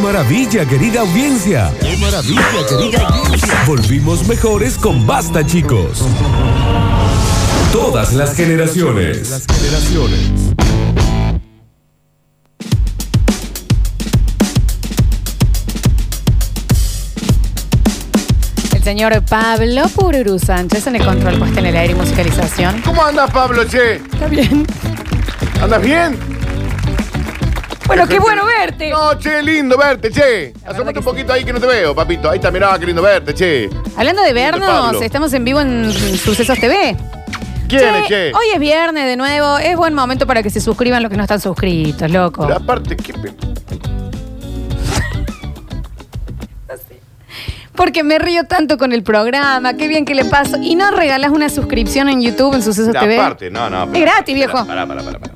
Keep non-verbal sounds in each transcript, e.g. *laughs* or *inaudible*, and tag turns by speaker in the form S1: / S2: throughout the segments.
S1: maravilla, querida audiencia! ¡Qué maravilla, querida audiencia! Volvimos mejores con Basta, chicos. Todas las generaciones. Las generaciones.
S2: señor Pablo Pururu Sánchez en el control puesto en el aire y musicalización.
S3: ¿Cómo andas, Pablo, che?
S2: Está bien.
S3: ¿Andas bien?
S2: Bueno, qué bueno verte.
S3: No, che, lindo verte, che.
S2: La verdad
S3: Asómate
S2: que
S3: un poquito ahí que no te veo, papito. Ahí está, mirá, qué lindo verte, che.
S2: Hablando de vernos,
S3: Pablo.
S2: estamos en vivo en Sucesos TV.
S3: ¿Quién es, che?
S2: Hoy es viernes de nuevo, es buen momento para que se suscriban los que no están suscritos, loco.
S3: Pero aparte, ¿qué? pe-
S2: Porque me río tanto con el programa, qué bien que le paso. Y no regalas una suscripción en YouTube en Sucesos
S3: Pero
S2: TV.
S3: aparte, no, no. pero-
S2: Es gratis, viejo.
S3: Pará, pará, pará. pará.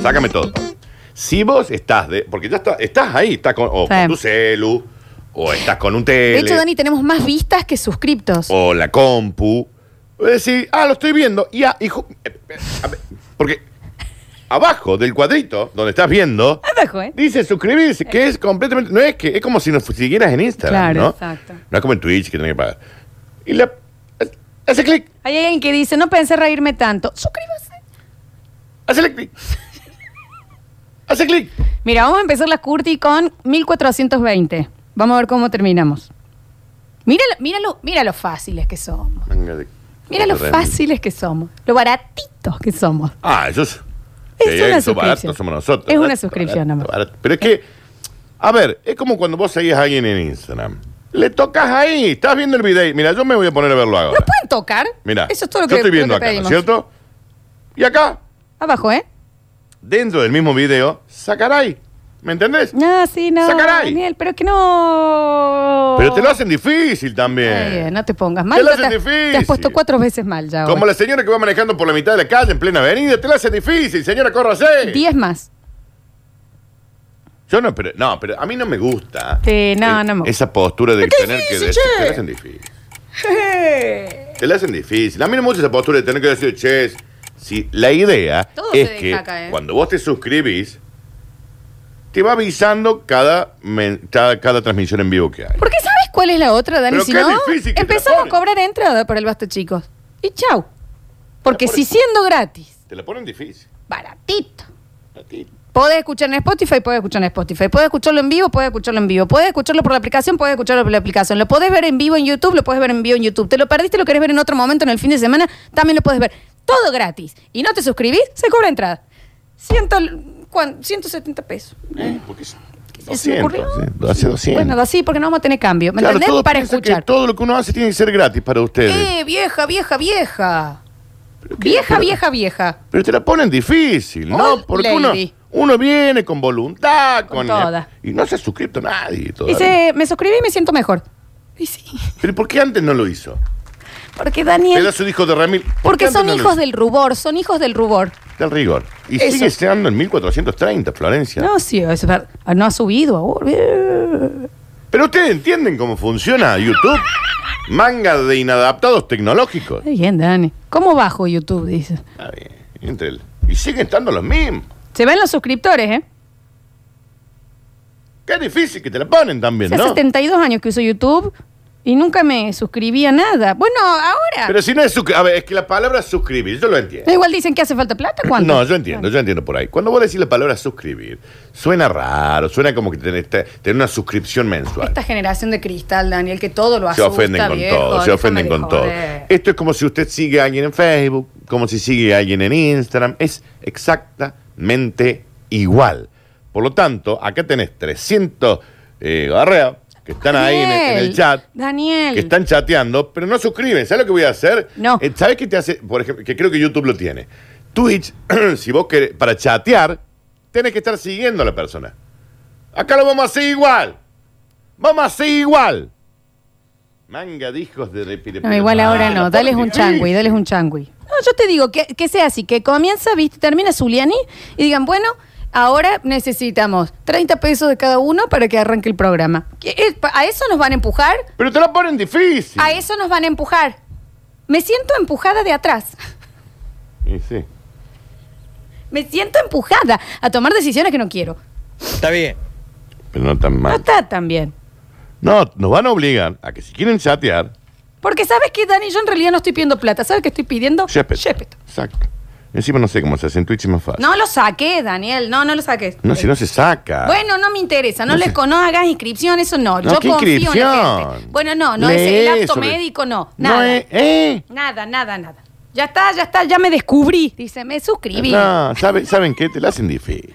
S3: Sácame todo, Pablo. Si vos estás de. Porque ya está- estás ahí, estás con, o
S2: Sí.
S3: con tu celu, o estás con un tele.
S2: De hecho, Dani, tenemos más vistas que suscriptos.
S3: o la compu, decir, ah, lo estoy viendo, y, ah, hijo, eh, eh, a ver, porque abajo del cuadrito donde estás viendo,
S2: Abajo, ¿eh?
S3: dice suscribirse, que es completamente, no es que, es como si nos siguieras en Instagram,
S2: Claro,
S3: ¿no?
S2: exacto.
S3: No es como en Twitch que tenés que pagar. Y la, hace clic,
S2: Hay alguien que dice, no pensé reírme tanto. Suscríbase. *laughs*
S3: hace clic, hace clic.
S2: Mira, vamos a empezar la Curti con 1420. Vamos a ver cómo terminamos. Mira, lo- mira, lo, mira lo fáciles que somos.
S3: Manga de-
S2: Mira lo fáciles que somos. Lo baratitos que somos.
S3: Ah, eso es.
S2: Es
S3: Sí,
S2: una
S3: eso barato
S2: suscripción.
S3: somos nosotros.
S2: Es una
S3: Barato,
S2: suscripción
S3: barato,
S2: nomás.
S3: barato. Pero es que, a ver, es como cuando vos seguís a alguien en Instagram. Le tocas ahí, estás viendo el video. Mira, yo me voy a poner a verlo ahora.
S2: ¿Nos pueden tocar?
S3: Mira,
S2: Eso es todo lo que
S3: yo estoy viendo
S2: lo que
S3: acá, ¿no es
S2: pedimos.
S3: cierto? Y acá,
S2: Abajo, ¿eh?
S3: dentro del mismo video, sacaray. ¿Me entendés?
S2: No, Ah, sí, no.
S3: Sacaray.
S2: Daniel, pero que no.
S3: Pero te lo hacen difícil
S2: Está bien,
S3: también.
S2: no te pongas mal.
S3: Te lo
S2: ya
S3: hacen
S2: te has puesto
S3: difícil.
S2: cuatro veces mal ya.
S3: Como
S2: hoy.
S3: la señora que va manejando por la mitad de la calle en plena avenida, te lo hacen difícil, señora, córrase.
S2: Diez
S3: *laughs*
S2: más.
S3: Yo no, pero, no, pero a mí no me gusta.
S2: Sí, no, no
S3: eh,
S2: me gusta.
S3: Esa postura de
S2: Pero qué
S3: tener que
S2: difícil,
S3: decir.
S2: che.
S3: Te la hacen difícil. Te la hacen difícil. A mí no me gusta esa postura de tener que decir, che, si la idea
S2: Todo se
S3: es
S2: deja
S3: que
S2: acá, ¿eh?
S3: cuando vos te suscribís, te va avisando cada, men- cada, cada transmisión en vivo que hay.
S2: Porque ¿sabes cuál es la otra, Dani?
S3: Pero
S2: Si
S3: qué
S2: no,
S3: difícil que te la
S2: empezamos a
S3: ponen.
S2: cobrar entrada para el Basta Chicos. Y chau. Porque
S3: Pero por
S2: si
S3: eso.
S2: siendo gratis,
S3: Te la ponen difícil.
S2: baratito.
S3: A ti.
S2: Podés escuchar en Spotify, podés escuchar en Spotify. Podés escucharlo en vivo, podés escucharlo en vivo. Podés escucharlo por la aplicación, podés escucharlo por la aplicación. Lo podés ver en vivo en YouTube, lo podés ver en vivo en YouTube. Te lo perdiste, lo querés ver en otro momento en el fin de semana, también lo podés ver. Todo gratis. Y no te suscribís, se cobra entrada. Ciento, ¿cuán? 170 pesos.
S3: Eh, porque es-
S2: ¿Qué se me
S3: 200,
S2: ocurrió?
S3: sí, hace 200.
S2: Bueno, así porque no vamos a tener cambio. ¿Me
S3: Claro,
S2: entendés?
S3: todos
S2: Para
S3: piensan que
S2: escuchar.
S3: todo lo que uno hace tiene que ser gratis para ustedes.
S2: ¡Eh, vieja, vieja, vieja!
S3: Pero qué-
S2: Vieja,
S3: pero-
S2: vieja, vieja.
S3: Pero te la ponen difícil, ¿no?
S2: Old
S3: Porque uno,
S2: lady.
S3: uno viene con voluntad,
S2: Con
S3: con,
S2: toda.
S3: y no se ha suscrito nadie todavía.
S2: Dice, me suscribí y me siento mejor. Y sí,
S3: Pero ¿por qué antes no lo hizo?
S2: porque Daniel...
S3: Pedazo de hijo de Ramil. ¿por qué
S2: porque
S3: antes
S2: son
S3: no lo
S2: hijos
S3: hizo?
S2: del rubor, son hijos del rubor.
S3: del rigor. Y
S2: Eso.
S3: sigue estando en 1430, Florencia.
S2: No, sí, es verdad. Ah, No ha subido ahora. Eh.
S3: Pero ustedes entienden cómo funciona YouTube. Manga de inadaptados tecnológicos.
S2: Está bien, Dani. ¿Cómo bajo YouTube, dice?
S3: Está bien. Y entre el- Y siguen estando los mismos.
S2: Se ven los suscriptores, ¿eh?
S3: Qué difícil que te la ponen también,
S2: Hace
S3: ¿no?
S2: 72 años que uso YouTube y nunca me suscribí a nada. Bueno, ahora...
S3: Pero si no es suscri- A ver, es que la palabra suscribir, yo lo entiendo.
S2: Igual dicen que hace falta plata, ¿cuánto?
S3: No, yo entiendo, yo entiendo por ahí. Cuando vos decís la palabra suscribir, suena raro, suena como que tenés, te- tenés una suscripción mensual.
S2: Esta generación de cristal, Daniel, que todo lo
S3: Se
S2: asusta,
S3: ofenden con
S2: viejo,
S3: todo, se
S2: déjame
S3: ofenden
S2: de
S3: con todo.
S2: joder.
S3: Esto es como si usted sigue a alguien en Facebook, como si sigue a alguien en Instagram, es exactamente igual. Por lo tanto, acá tenés 300 eh, garreas que están ahí en el, en el
S2: Daniel,
S3: chat.
S2: Daniel.
S3: que están chateando, pero no suscriben. ¿Sabes lo que voy a hacer?
S2: No.
S3: Eh, ¿Sabes qué te hace? Por ejemplo, que creo que YouTube lo tiene. Twitch, *clears throat* si vos querés, para chatear, tenés que estar siguiendo a la persona. Acá lo vamos a hacer igual. Vamos a hacer igual. Manga de hijos de repire.
S2: No, igual ahora no. Dales un changui, dales un changui. No, yo te digo que, que sea así, que comienza, viste, termina Zuliani y digan, bueno, ahora necesitamos 30 pesos de cada uno para que arranque el programa. Que es- pa- ¿A eso nos van a empujar?
S3: Pero te la ponen difícil.
S2: A eso nos van a empujar. Me siento empujada de atrás.
S3: Y sí.
S2: Me siento empujada a tomar decisiones que no quiero.
S4: Está bien.
S3: Pero no tan
S2: No
S3: mal.
S2: está tan bien.
S3: No, nos van a obligar a que si quieren chatear,
S2: Porque sabes que, Dani, yo en realidad no estoy pidiendo plata. ¿Sabes qué estoy pidiendo?
S3: Shepet.
S2: Shepet.
S3: Exacto. Encima no sé cómo se hace en Twitch es más fácil.
S2: No lo saqué, Daniel. No, no lo saques.
S3: No, si no se saca.
S2: Bueno, no me interesa, no,
S3: Ah. No
S2: le
S3: sé.
S2: con- no hagas inscripción, eso no.
S3: No,
S2: Yo
S3: ¿qué
S2: confío en la gente.
S3: inscripción?
S2: Bueno, no, no
S3: Lee
S2: es el acto
S3: sobre-
S2: médico, no. Nada.
S3: No es, ¿eh?
S2: Nada, nada, nada. Ya está, ya está, ya me descubrí. Dice, me suscribí. No,
S3: No, ¿sabe- ¿saben qué? Te la hacen difícil.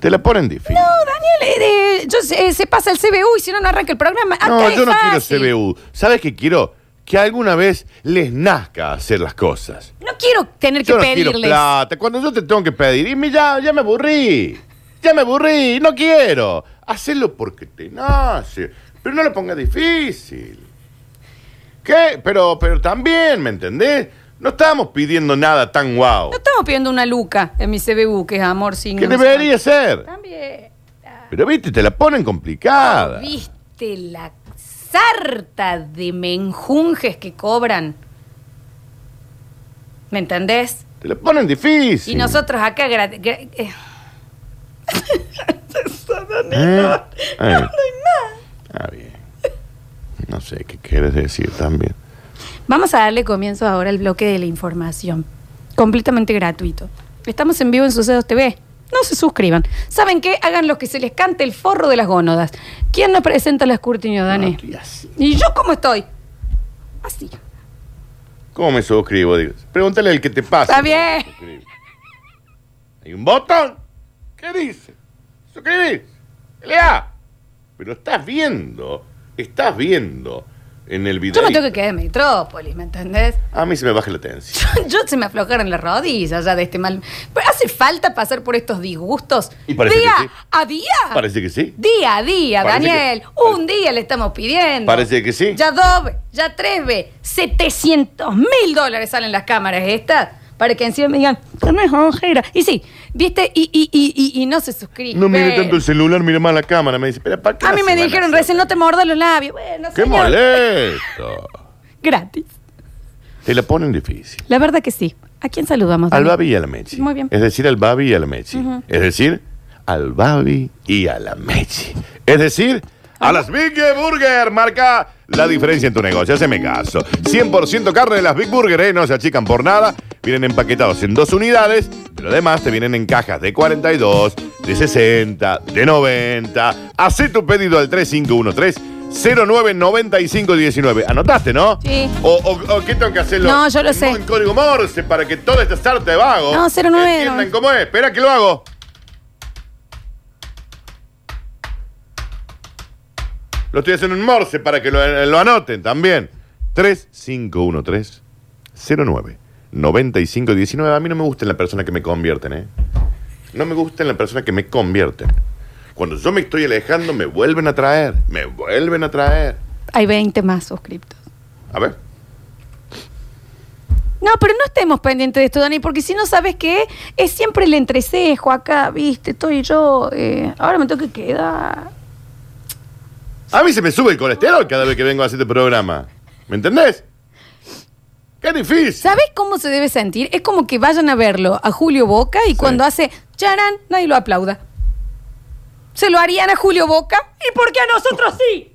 S3: Te la ponen difícil.
S2: Daniel, eh, eh, yo, sé, eh, se pasa el CBU y si no, no arranca el programa. Acá
S3: No,
S2: es
S3: yo no
S2: fácil.
S3: quiero CBU. ¿Sabes qué quiero? Que alguna vez les nazca hacer las cosas.
S2: No quiero tener que
S3: Yo no quiero
S2: pedirles.
S3: plata. Cuando yo te tengo que pedir, y me- ya, ya me aburrí. Ya me aburrí, no quiero. Hacelo porque te nace. Pero no lo pongas difícil. ¿Qué? Pero, pero también, ¿me entendés? No estamos pidiendo nada tan guau.
S2: No estamos pidiendo una luca en mi CBU, que es amor sin.
S3: que debería ser.
S2: También.
S3: Pero viste, te la ponen complicada.
S2: ¿Viste la sarta de menjunjes que cobran? ¿Me entendés?
S3: Te la ponen difícil.
S2: Y nosotros acá... gra- gra- eh,
S3: ¿Eh? Eh. Ah, bien. No sé qué quieres decir también.
S2: Vamos a darle comienzo ahora al bloque de la información. Completamente gratuito. Estamos en vivo en Sucedos TV. No se suscriban. ¿Saben qué? Hagan lo que se les cante el forro de las gónodas. ¿Quién nos presenta las escrutinio, Dani?
S3: No, estoy así.
S2: ¿Y yo cómo estoy? Así.
S3: ¿Cómo me suscribo? Digo, pregúntale al que te pasa.
S2: Está bien.
S3: Suscribe. Hay un botón. ¿Qué dice? Suscribir. Lea. Pero estás viendo, estás viendo en el video.
S2: Yo me tengo que quedar en Metrópolis, ¿me entendés?
S3: A mí se me baja la tensión.
S2: Yo, yo se me aflojaron las rodillas ya de este mal. Pero hace falta pasar por estos disgustos
S3: Y parece
S2: día
S3: que sí.
S2: a día.
S3: Parece que sí.
S2: Día a día,
S3: Parece
S2: Daniel.
S3: que-
S2: un día le estamos pidiendo.
S3: Parece que sí.
S2: Ya dos, ya tres veces. 700 mil dólares salen las cámaras estas. Para que encima me digan, no es ojera. Y sí, ¿viste? Y, y, y, y, y no se suscribe.
S3: No mire tanto el celular, mire más la cámara. Me dice, pero ¿para qué
S2: A
S3: la
S2: mí me
S3: semana
S2: dijeron
S3: santa?
S2: recién, no te mordas los labios. Bueno,
S3: ¡Qué
S2: señor.
S3: molesto!
S2: Gratis.
S3: Te la ponen difícil.
S2: La verdad que sí. ¿A quién saludamos?
S3: Al
S2: Daniel?
S3: Babi y a la Mechi.
S2: Muy bien.
S3: Es decir, al Babi y a la Mechi. Es decir, al Babi y a la Mechi. Es decir, a las Big Burger marca la diferencia en tu negocio. Haceme caso. 100% carne de las Big Burger, ¿eh? No se achican por nada. Vienen empaquetados en dos unidades, pero además te vienen en cajas de 42, de 60, de 90. Hacé tu pedido al 3513. 099519. Anotaste, ¿no?
S2: Sí.
S3: O, o- o qué tengo que hacerlo.
S2: No, yo lo
S3: en-
S2: sé.
S3: en código Morse para que este toda esta sarta de vagos
S2: No, 09.
S3: entiendan cómo es. Espera que lo hago. Lo estoy haciendo en Morse para que lo, lo anoten también. 3513 09 9519. A mí no me gusta en la persona que me convierten, ¿eh? No me gusta en la persona que me convierten. Cuando yo me estoy alejando, me vuelven a traer. Me vuelven a traer.
S2: Hay 20 más suscriptos.
S3: A ver.
S2: No, pero no estemos pendientes de esto, Dani, porque si no sabes qué, es siempre el entrecejo acá, viste, estoy yo, eh, ahora me tengo que quedar.
S3: A mí se me sube el colesterol cada vez que vengo a hacer este programa. ¿Me entendés? ¡Qué difícil!
S2: ¿Sabes cómo se debe sentir? Es como que vayan a verlo a Julio Boca y cuando hace charán, nadie lo aplauda. ¿Se lo harían a Julio Boca? ¿Y por qué a nosotros sí?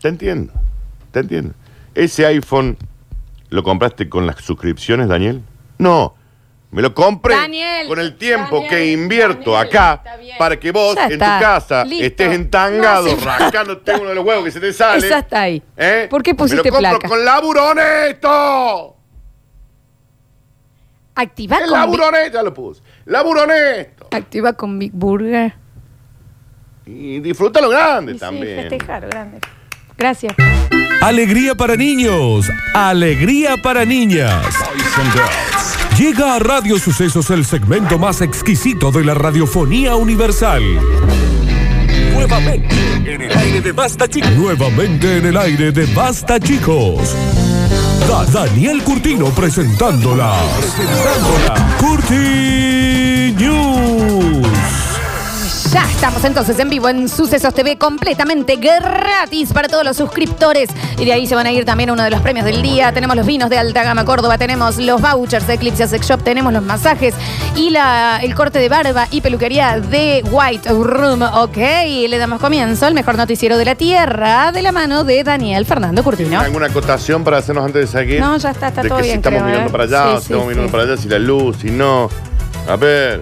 S3: Te entiendo. Te entiendo. ¿Ese iPhone lo compraste con las suscripciones, Daniel? No. Me lo compré
S2: Daniel,
S3: con el tiempo
S2: Daniel,
S3: que invierto
S2: Daniel,
S3: acá
S2: está bien.
S3: para que vos
S2: Ya
S3: en tu
S2: está,
S3: casa
S2: listo.
S3: estés entangado,
S2: No hace falta.
S3: rascándote uno de los huevos que se te sale.
S2: Esa está ahí.
S3: ¿Eh?
S2: ¿Por qué pusiste
S3: Me lo compro
S2: placa?
S3: con laburo honesto.
S2: Activa
S3: El
S2: Ah, con, Big-
S3: laburo honesto, ya lo puse. Laburo honesto.
S2: activa con Big Burger.
S3: Y disfruta lo grande
S2: Y sí,
S3: también.
S2: festejar, grande. Gracias.
S1: Alegría para niños, alegría para niñas. Llega a Radio Sucesos el segmento más exquisito de la radiofonía universal. Nuevamente en el aire de Basta Chicos. Nuevamente en el aire de Basta Chicos. Da- Daniel Curtino presentándola. Curti News.
S2: Ya estamos entonces en vivo en Sucesos TV completamente gratis para todos los suscriptores. Y de ahí se van a ir también uno de los premios del día. Tenemos los vinos de Alta Gama Córdoba, tenemos los vouchers de Eclipse Sex Shop, tenemos los masajes y la, el corte de barba y peluquería de White Room. Ok, le damos comienzo al mejor noticiero de la Tierra de la mano de Daniel Fernando Curtino.
S3: ¿Alguna acotación para hacernos antes de seguir?
S2: No, ya está, está
S3: de
S2: todo
S3: que
S2: bien,
S3: Si estamos
S2: creo,
S3: mirando
S2: ¿eh?
S3: para allá,
S2: Sí,
S3: o si
S2: sí,
S3: estamos mirando
S2: sí.
S3: para allá, si la luz, si no. A ver,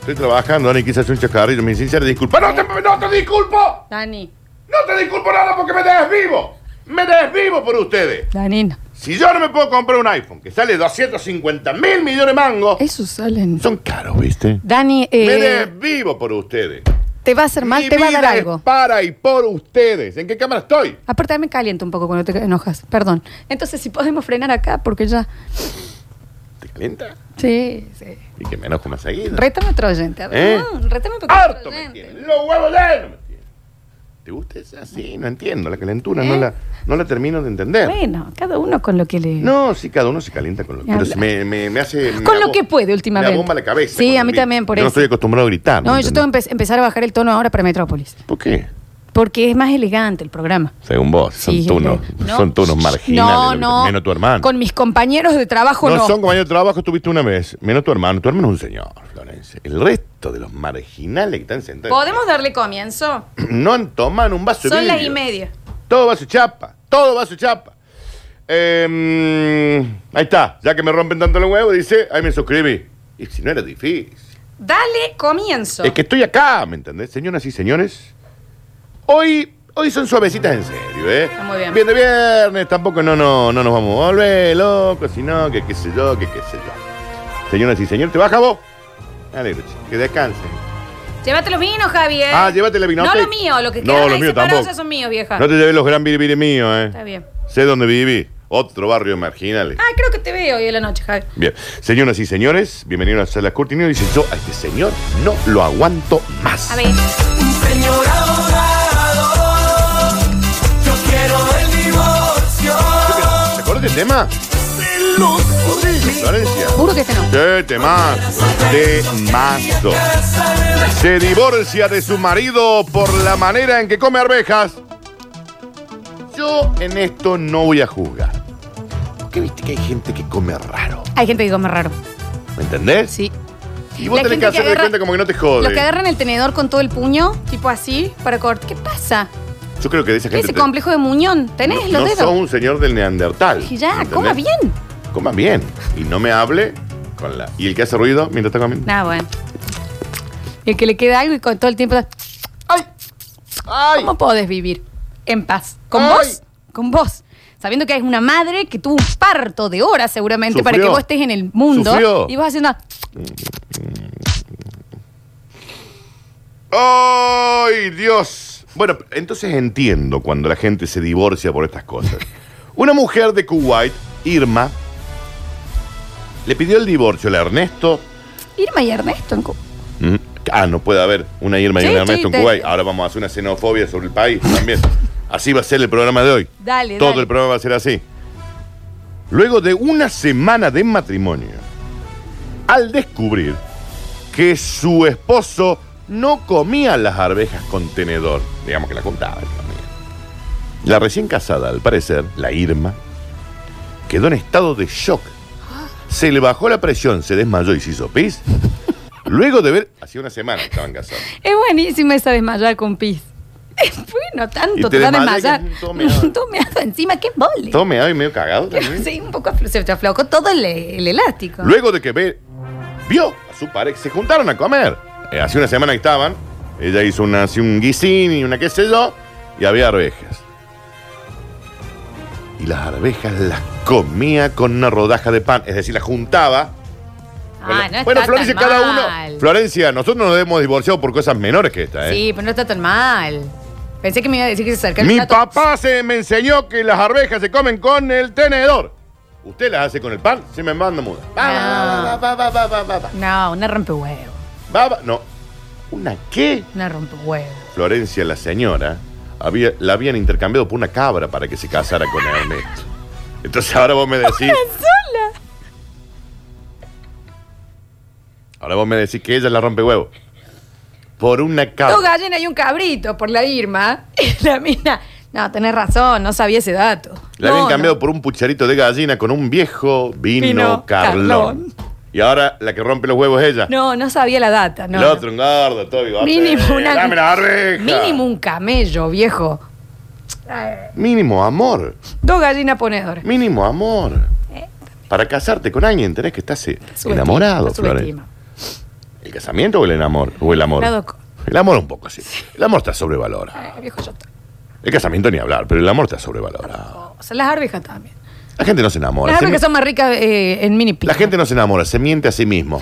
S3: estoy trabajando, Dani, quise hacer un chacarrillo. Mi sincera disculpa. ¡No te, no te disculpo!
S2: Dani,
S3: ¡No te disculpo nada porque me desvivo! ¡Me desvivo por ustedes!
S2: Dani, no.
S3: Si yo no me puedo comprar un iPhone que sale 250 mil millones de mangos,
S2: eso salen.
S3: son caros, ¿viste?
S2: Dani, eh,
S3: Me desvivo por ustedes.
S2: te va a hacer mal,
S3: Mi
S2: te va a dar
S3: vida es
S2: algo.
S3: Para y por ustedes. ¿En qué cámara estoy?
S2: Aparte, me calienta un poco cuando te enojas, perdón. Entonces, si podemos frenar acá, porque ya.
S3: ¿Te calienta?
S2: Sí, sí.
S3: Y que me enojo más seguido.
S2: Rétame otro oyente. a ver.
S3: ¿Eh?
S2: No, rétame otro
S3: ¡Harto me
S2: oyente.
S3: tiene! ¡Los huevos llenos me tiene! ¿Te gusta esa? Sí, no entiendo. La calentura no,
S2: ¿Eh?
S3: la, no la termino de entender.
S2: Bueno, cada uno con lo que le.
S3: No, sí, cada uno se calienta con lo
S2: Ni
S3: pero
S2: hablar.
S3: me, me, me hace. me
S2: Con lo
S3: abo-
S2: que puede últimamente.
S3: Me bomba la cabeza.
S2: Sí,
S3: cuando
S2: a mí
S3: grito.
S2: también, por
S3: Yo No
S2: eso.
S3: estoy acostumbrado a gritar.
S2: No, yo
S3: ¿entendés?
S2: tengo que empe- empezar a bajar el tono ahora para Metrópolis.
S3: ¿Por qué?
S2: Porque es más elegante el programa.
S3: Según vos, son
S2: Sí,
S3: tunos.
S2: ¿no?
S3: Son tunos marginales.
S2: No,
S3: lo que-
S2: no.
S3: Menos tu hermano.
S2: Con mis compañeros de trabajo
S3: no,
S2: no.
S3: son compañeros de trabajo, estuviste una vez. Menos tu hermano. Tu hermano es un señor, Florencia. El resto de los marginales que están sentados.
S2: ¿Podemos darle comienzo?
S3: No toman un vaso de
S2: Son las
S3: vidrio.
S2: y media.
S3: Todo va a su chapa, todo va a su chapa. Eh, ahí está, ya que me rompen tanto los huevos, dice, ahí me suscribí. Y si no era difícil.
S2: Dale comienzo.
S3: Es que estoy acá, ¿me entendés? Señoras y señores, hoy, hoy son suavecitas en serio, ¿eh?
S2: Está muy bien.
S3: Bien de viernes, tampoco no, no, no nos vamos a volver locos, sino que qué sé yo, que qué sé yo. Señoras y señores, ¿te baja vos? Me alegro, che, que descansen.
S2: Llévate los vinos, Javier.
S3: Ah, llévate la vinoteca.
S2: No los míos, los que
S3: No,
S2: quedan
S3: los
S2: ahí
S3: míos
S2: separados,
S3: tampoco.
S2: esos son míos, vieja.
S3: No te lleves los gran biribiri míos, ¿eh?
S2: Ah. Está bien.
S3: Sé dónde viví. Otro barrio marginal.
S2: Ah, creo que te veo hoy en la noche, Javier.
S3: Bien. Señoras y señores, bienvenidos a las Curtinio. Dice yo a este señor no lo aguanto más.
S2: A ver.
S4: Un señor ahogado, yo quiero el divorcio.
S3: ¿Te acuerdas del tema? Florencia.
S2: Juro que este no.
S3: ¡Qué temazo! ¡Temazo! Se divorcia de su marido por la manera en que come arvejas. Yo en esto no voy a juzgar. Porque viste que hay gente que come raro.
S2: Hay gente que come raro.
S3: ¿Me entendés?
S2: Sí.
S3: Y vos
S2: La
S3: tenés
S2: gente
S3: que hacer
S2: que
S3: de
S2: agarra-
S3: cuenta como que no te jode.
S2: Los que agarran el tenedor con todo el puño, tipo así, para cortar. ¿Qué pasa?
S3: Yo creo que de esa gente.
S2: Ese
S3: te-
S2: complejo de muñón. ¿Tenés
S3: no,
S2: los
S3: no sos
S2: dedos?
S3: un señor del Neandertal.
S2: Y ya,
S3: ¿entendés?
S2: coma bien.
S3: Coma bien. Y no me hable con la. Y el que hace ruido mientras está comiendo.
S2: Nah, bueno. Y el que le queda algo y con todo el tiempo. está-
S3: ¡Ay! ¡Ay!
S2: ¿Cómo podés vivir en paz? ¿Con
S3: Ay.
S2: vos? ¿Con vos? Sabiendo que es una madre que tuvo un parto de horas seguramente para que
S3: Sufrió.
S2: vos estés en el mundo.
S3: Sufrió.
S2: Y vos haciendo.
S3: ¡Ay, Dios! Bueno, entonces entiendo cuando la gente se divorcia por estas
S2: *laughs*
S3: cosas. Una mujer de Kuwait, Irma, le pidió el divorcio a Ernesto.
S2: Irma y Ernesto. en cu-
S3: Mm. Ah, no puede haber una Irma y
S2: Sí,
S3: un Ernesto
S2: sí,
S3: en
S2: te-
S3: Kuwait. Ahora vamos a hacer una xenofobia sobre el país también. Así va a ser el programa de hoy.
S2: Dale,
S3: Todo
S2: dale.
S3: el programa va a ser así. Luego de una semana de matrimonio, al descubrir que su esposo no comía las arvejas con tenedor, digamos que la contaba. La recién casada, al parecer, la Irma, quedó en estado de shock. Se le bajó la presión, se desmayó y se
S2: *laughs*
S3: hizo pis. Luego de ver, hacía una semana que estaban casados.
S2: Es buenísima esa desmayar con pis. *laughs* Es bueno,
S3: Y
S2: tanto
S3: te
S2: te va a
S3: desmayas que
S2: desmayar.
S3: es
S2: *laughs*
S3: un tomeado.
S2: Tomeado encima, qué mole.
S3: Todo meado y medio cagado
S2: *laughs*
S3: también.
S2: Sí, un poco aflo- se te aflojó todo el, el elástico.
S3: Luego de que ve, vio a su pareja, se juntaron a comer. Eh, hace una semana que estaban, ella hizo una, así un guisín y una qué sé yo, y había arvejas. Y las arvejas las comía con una rodaja de pan, es decir, las juntaba. con la-
S2: ah, no
S3: bueno,
S2: está
S3: Florencia,
S2: tan
S3: cada
S2: mal.
S3: uno. Florencia, nosotros nos hemos divorciado por cosas menores que esta, ¿eh?
S2: Sí, pero no está tan mal. Pensé que me iba a decir que se acercaba
S3: Mi
S2: el plato.
S3: papá se me enseñó que las arvejas se comen con el tenedor. Usted las hace con el pan, se me manda muda. Va, va,
S2: Ah.
S3: va, va, va, va, va, va.
S2: No, una rompehuevo.
S3: Va, va. No. ¿Una qué?
S2: Una rompehuevo.
S3: Florencia, la señora, había, la habían intercambiado por una cabra para que se casara con Ernesto. Entonces ahora
S2: *laughs*
S3: vos me decís.
S2: ¡Sola!
S3: Ahora vos me decís que ella la rompe huevo. por una
S2: Dos
S3: cabra.
S2: gallinas y un cabrito por la Irma. *laughs* Y la mina. No, tenés razón, no sabía ese dato.
S3: La
S2: No,
S3: habían cambiado
S2: no.
S3: por un pucharito de gallina con un viejo vino,
S2: Vino
S3: Carlón.
S2: Carlón.
S3: Y ahora la que rompe los huevos es ella.
S2: No, no sabía la data. No,
S3: El otro engorda, todo bigote.
S2: Mínimo una-
S3: Dame la oreja.
S2: Mínimo un camello, viejo.
S3: Mínimo amor.
S2: Dos gallinas ponedoras.
S3: Mínimo amor.
S2: Eh.
S3: Para casarte con alguien tenés que estar se-
S2: Subestima,
S3: enamorado, Flores.
S2: subestima.
S3: ¿El casamiento o el enamor? O el amor.
S2: Las dos co-
S3: El amor un poco, sí. El amor está sobrevalorado.
S2: Ay, Eh, viejo, yo t- oh,
S3: El casamiento ni hablar, pero el amor está sobrevalorado.
S2: o sea, las arvejas también.
S3: La gente no se enamora.
S2: Las
S3: se
S2: arvejas
S3: mi-
S2: son más ricas eh, en mini pizza.
S3: La gente no se enamora, se miente a sí mismo.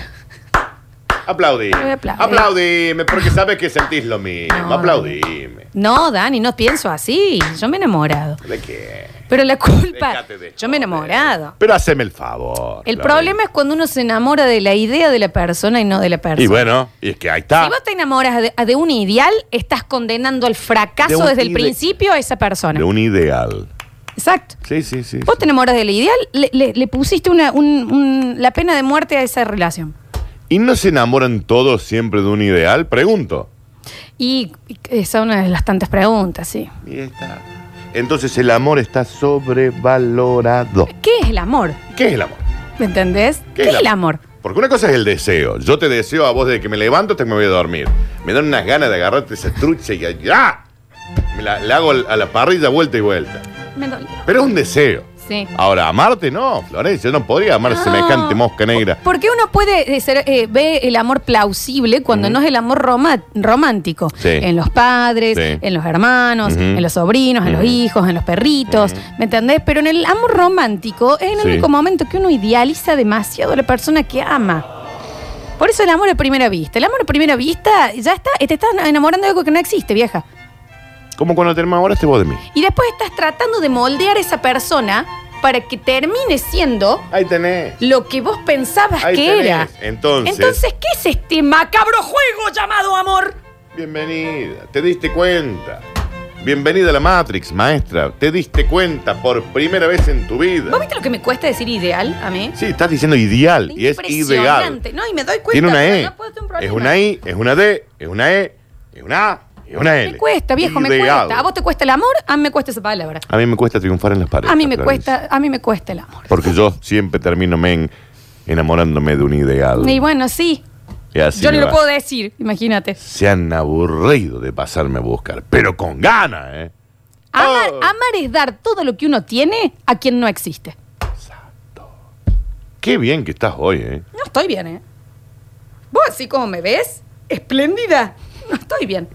S3: Aplaudí.
S2: Voy a aplaudir.
S3: Aplaudime, porque sabes que sentís lo mismo.
S2: No.
S3: Aplaudime.
S2: No, Dani, no pienso así. Yo me he enamorado.
S3: ¿De qué?
S2: Pero la culpa.
S3: Dejate de
S2: Yo me he
S3: joder.
S2: enamorado.
S3: Pero haceme el favor.
S2: El problema es cuando uno se enamora de la idea de la persona y no de la persona.
S3: Y bueno, y es que ahí
S2: Si
S3: está.
S2: vos te enamoras de, de un ideal, estás condenando al
S3: De
S2: fracaso
S3: un
S2: desde el
S3: ide-
S2: principio a esa persona.
S3: De un ideal.
S2: Exacto.
S3: Sí, sí, sí.
S2: Vos
S3: sí.
S2: te enamoras del ideal, le, le- le pusiste una, un- un- la pena de muerte a esa relación.
S3: ¿Y no se enamoran todos siempre de un ideal? Pregunto.
S2: Y esa es una de las tantas preguntas, sí.
S3: Y está. Entonces el amor está sobrevalorado.
S2: ¿Qué es el amor?
S3: ¿Qué es el amor?
S2: ¿Me entendés? ¿Qué, es el amor?
S3: Porque una cosa es el deseo. Yo te deseo a vos desde que me levanto hasta que me voy a dormir. Me dan unas ganas de agarrarte esa trucha y ¡ah! Me la, la hago al- a la parrilla vuelta y vuelta.
S2: Me dolió.
S3: Pero es un deseo.
S2: Sí.
S3: Ahora, amarte no, Florencia. Yo no podría amar
S2: No.
S3: semejante mosca negra.
S2: Porque uno puede eh, ser, eh, ve el amor plausible cuando no es el amor roma- romántico.
S3: Sí.
S2: En los padres,
S3: Sí.
S2: en los hermanos,
S3: Ujú.
S2: en los sobrinos, en los
S3: Ujú.
S2: hijos, en los perritos. ¿Me entendés? Pero en el amor romántico es el
S3: Sí.
S2: único momento que uno idealiza demasiado a la persona que ama. Por eso el amor a primera vista. El amor a primera vista ya está, te estás enamorando de algo que no existe, vieja.
S3: Como cuando te enamoraste vos de mí.
S2: Y después estás tratando de moldear a esa persona para que termine siendo
S3: Ahí tenés.
S2: lo que vos pensabas
S3: Ahí
S2: que
S3: tenés.
S2: era.
S3: Entonces-
S2: Entonces, ¿qué es este macabro juego llamado amor?
S3: Bienvenida, te diste cuenta. Bienvenida a la Matrix, maestra. Te diste cuenta por primera vez en tu vida.
S2: ¿Vos viste lo que me cuesta decir ideal a mí?
S3: Sí, estás diciendo ideal y es ideal.
S2: Impresionante. No, y me doy cuenta.
S3: Tiene una
S2: pero
S3: E.
S2: no puedo tener un
S3: es
S2: problema.
S3: una I, es una D, es una E, es una A, es una L.
S2: Me cuesta, viejo, me
S3: Ideal.
S2: cuesta. A vos te cuesta el amor, a mí me cuesta esa palabra.
S3: A mí me cuesta triunfar en las paredes.
S2: A mí me cuesta, a mí me cuesta el amor.
S3: Porque yo siempre termino men, enamorándome de un ideal.
S2: Y bueno, sí.
S3: Y así
S2: Yo
S3: me
S2: no lo
S3: va.
S2: puedo decir, imagínate.
S3: Se han aburrido de pasarme a buscar, pero con ganas, ¿eh?
S2: Amar,
S3: Oh.
S2: amar es dar todo lo que uno tiene a quien no existe.
S3: Qué bien que estás hoy, ¿eh?
S2: No estoy bien, ¿eh? Vos así como me ves, espléndida. No estoy bien.